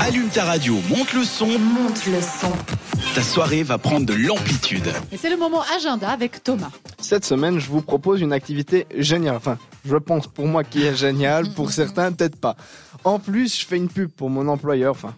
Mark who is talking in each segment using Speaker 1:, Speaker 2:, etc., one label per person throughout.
Speaker 1: Allume ta radio, monte le son,
Speaker 2: Monte le son.
Speaker 1: ta soirée va prendre de l'amplitude.
Speaker 3: Et c'est le moment agenda avec Thomas.
Speaker 4: Cette semaine, je vous propose une activité géniale. Enfin, je pense pour moi qui est géniale, pour certains peut-être pas. En plus, je fais une pub pour mon employeur. Enfin,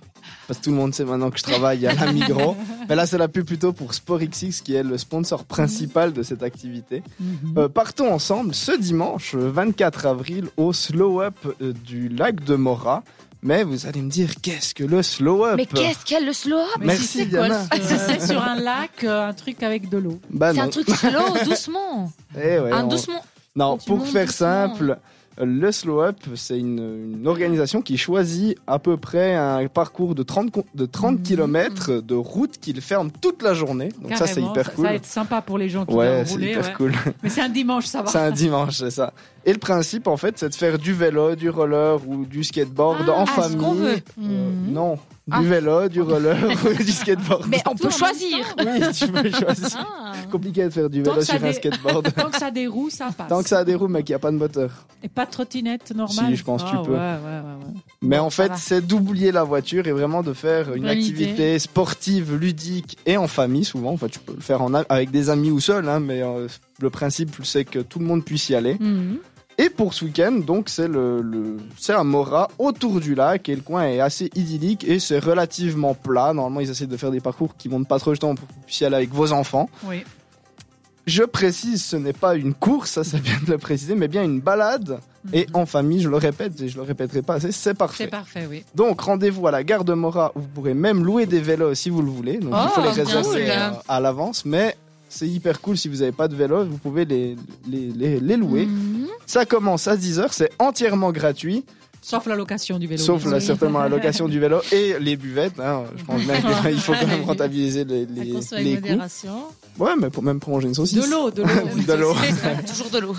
Speaker 4: parce que tout le monde sait maintenant que je travaille à la Migros. Mais là, c'est la pub plutôt pour SportXX qui est le sponsor principal de cette activité.
Speaker 2: Mhm.
Speaker 4: Euh, partons ensemble ce dimanche euh, 24 avril au Slow Up euh, du lac de Mora. Mais vous allez me dire, qu'est-ce que le Slow Up
Speaker 2: Mais qu'est-ce qu'elle le slow up
Speaker 4: Merci,
Speaker 5: si c'est quoi,
Speaker 4: Diana.
Speaker 5: si c'est sur un lac, euh, un truc avec de l'eau.
Speaker 4: Bah
Speaker 2: C'est un
Speaker 4: non.
Speaker 2: truc slow, doucement.
Speaker 4: Eh ouais,
Speaker 2: un
Speaker 4: on-
Speaker 2: doucement.
Speaker 5: Oh,
Speaker 4: Non,
Speaker 2: Tu
Speaker 4: pour
Speaker 2: montes
Speaker 4: faire
Speaker 2: doucement.
Speaker 4: simple, euh, le Slow Up, c'est une, une organisation qui choisit à peu près un parcours de 30, con- de
Speaker 5: Mm-hmm.
Speaker 4: 30 km de route qu'ils ferment toute la journée. Donc ça, c'est
Speaker 5: Carrément,
Speaker 4: hyper cool.
Speaker 5: Ça va être sympa pour les gens qui
Speaker 4: ouais,
Speaker 5: doivent
Speaker 4: c'est
Speaker 5: rouler.
Speaker 4: hyper
Speaker 5: ouais.
Speaker 4: cool.
Speaker 5: Mais c'est un dimanche, ça va.
Speaker 4: c'est un dimanche, c'est ça. Et le principe, en fait, c'est de faire du vélo, du roller ou du skateboard
Speaker 3: Ah,
Speaker 4: en
Speaker 3: à ce
Speaker 4: famille.
Speaker 2: qu'on veut.
Speaker 4: Euh,
Speaker 5: Mm-hmm.
Speaker 3: Mhm.
Speaker 4: non,
Speaker 2: Ah.
Speaker 4: du vélo, du roller ou du skateboard.
Speaker 2: Mais on
Speaker 3: Tout
Speaker 2: peut
Speaker 3: en même
Speaker 2: choisir.
Speaker 4: Oui, tu peux choisir.
Speaker 2: Ah.
Speaker 4: Compliqué de faire du
Speaker 5: Hein Tant
Speaker 4: vélo
Speaker 5: que ça
Speaker 4: sur un
Speaker 5: dé-
Speaker 4: skateboard.
Speaker 5: Tant que ça a des roues, ça passe.
Speaker 4: Tant que ça a des roues, mais qu'il n'y a pas de moteur.
Speaker 5: Et pas de trottinette normale.
Speaker 4: Si, je pense que tu
Speaker 5: Ah,
Speaker 4: peux.
Speaker 5: ouais, ouais, ouais, ouais.
Speaker 4: Mais
Speaker 5: Bon,
Speaker 4: en
Speaker 5: ça
Speaker 4: fait,
Speaker 5: va.
Speaker 4: c'est d'oublier la voiture et vraiment de faire une
Speaker 5: Bonne
Speaker 4: activité sportive, ludique et en famille souvent. Enfin, tu peux le faire en, a- avec des amis ou seul, hein, mais euh, le principe, c'est que tout le monde puisse y aller.
Speaker 5: Mhm.
Speaker 4: Et pour ce week-end, donc, c'est le, le- c'est un Mora autour du lac et le coin est assez idyllique et c'est relativement plat. Normalement, ils essaient de faire des parcours qui montent pas trop de temps pour que vous puissiez aller avec vos enfants.
Speaker 5: Oui.
Speaker 4: Je précise, ce n'est pas une course, ça c'est bien de le préciser, mais bien une balade.
Speaker 5: Mhm.
Speaker 4: Et en famille, je le répète et je le répéterai pas assez, c'est
Speaker 5: C'est
Speaker 4: parfait.
Speaker 5: parfait, oui.
Speaker 4: Donc rendez-vous à la gare de Mora où vous pourrez même louer des vélos si vous le voulez. Donc il faut
Speaker 2: Oh,
Speaker 4: les réserver
Speaker 2: cool.
Speaker 4: euh, à l'avance, mais c'est hyper cool si vous n'avez pas de vélo, vous pouvez les, les, les, les louer.
Speaker 2: Mhm.
Speaker 4: Ça commence à 10h, c'est entièrement gratuit,
Speaker 5: Sauf la location du vélo.
Speaker 4: sauf
Speaker 5: bien
Speaker 4: là,
Speaker 5: sûr.
Speaker 4: certainement la location du vélo et les buvettes. hein. je pense même qu'il faut quand même rentabiliser les,
Speaker 3: La
Speaker 4: les,
Speaker 3: conso avec
Speaker 4: les coûts.
Speaker 3: modération.
Speaker 4: Ouais, mais pour même pour manger une saucisse.
Speaker 5: De l'eau, de l'eau.
Speaker 4: De l'eau.
Speaker 2: Toujours de l'eau.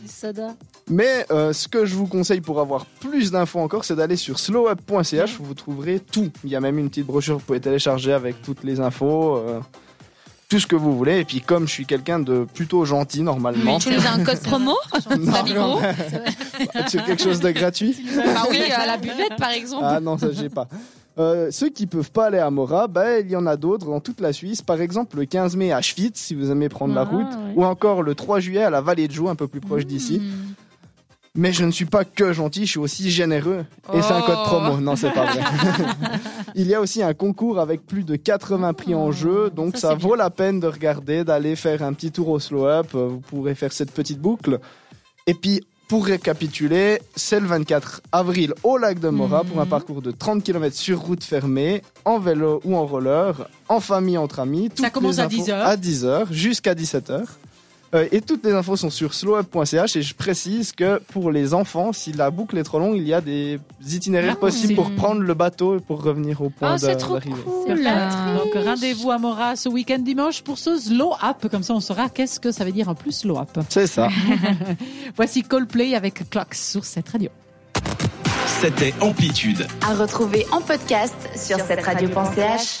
Speaker 2: Du soda.
Speaker 4: Mais euh, ce que je vous conseille pour avoir plus d'infos encore, c'est d'aller sur slowup.ch où vous trouverez tout. Il y a même une petite brochure que vous pouvez télécharger avec toutes les infos, euh, tout ce que vous voulez. Et puis comme je suis quelqu'un de plutôt gentil normalement,
Speaker 2: Tu nous as un code promo
Speaker 4: Non,
Speaker 2: Amigo
Speaker 4: sur quelque chose de gratuit.
Speaker 2: Bah oui, à la buvette par exemple.
Speaker 4: Ah non, ça j'ai pas. Euh, ceux qui peuvent pas aller à Mora, bah, il y en a d'autres dans toute la Suisse. Par exemple, le 15 mai à Schwitz, si vous aimez prendre la
Speaker 5: Ah,
Speaker 4: route,
Speaker 5: ouais.
Speaker 4: ou encore le 3 juillet à la Vallée de Joux, un peu plus proche d'ici.
Speaker 2: Hmm.
Speaker 4: Mais je ne suis pas que gentil, je suis aussi généreux. Et c'est un code
Speaker 2: Oh.
Speaker 4: promo, non, c'est pas vrai. Il y a aussi un concours avec plus de 80 prix en jeu, donc ça,
Speaker 2: c'est
Speaker 4: vaut la peine de regarder, d'aller faire un petit tour au slow up. Euh, Vous pourrez faire cette petite boucle. Et puis, pour récapituler, c'est le 24 avril au lac de Mora
Speaker 2: Mhm.
Speaker 4: pour un parcours de 30 km sur route fermée, en vélo ou en roller, en famille, entre amis. Toutes
Speaker 5: commence
Speaker 4: les
Speaker 5: à
Speaker 4: infos-
Speaker 5: 10 heures.
Speaker 4: À 10h jusqu'à 17h. Euh, et toutes les infos sont sur slowup.ch et je précise que pour les enfants, si la boucle est trop longue, il y a des itinéraires
Speaker 5: Ah,
Speaker 4: possibles
Speaker 5: c'est-
Speaker 4: pour prendre le bateau et pour revenir au point
Speaker 2: Oh,
Speaker 4: de-
Speaker 2: c'est trop
Speaker 4: d'arrivée.
Speaker 2: cool.
Speaker 5: Donc rendez-vous à Mora ce week-end dimanche pour ce slow up. Comme ça, on saura qu'est-ce que ça veut dire en plus slow up.
Speaker 4: C'est ça.
Speaker 5: Voici Coldplay avec Clocks sur cette radio.
Speaker 1: C'était Amplitude.
Speaker 6: À retrouver en podcast sur, cette radio.ch.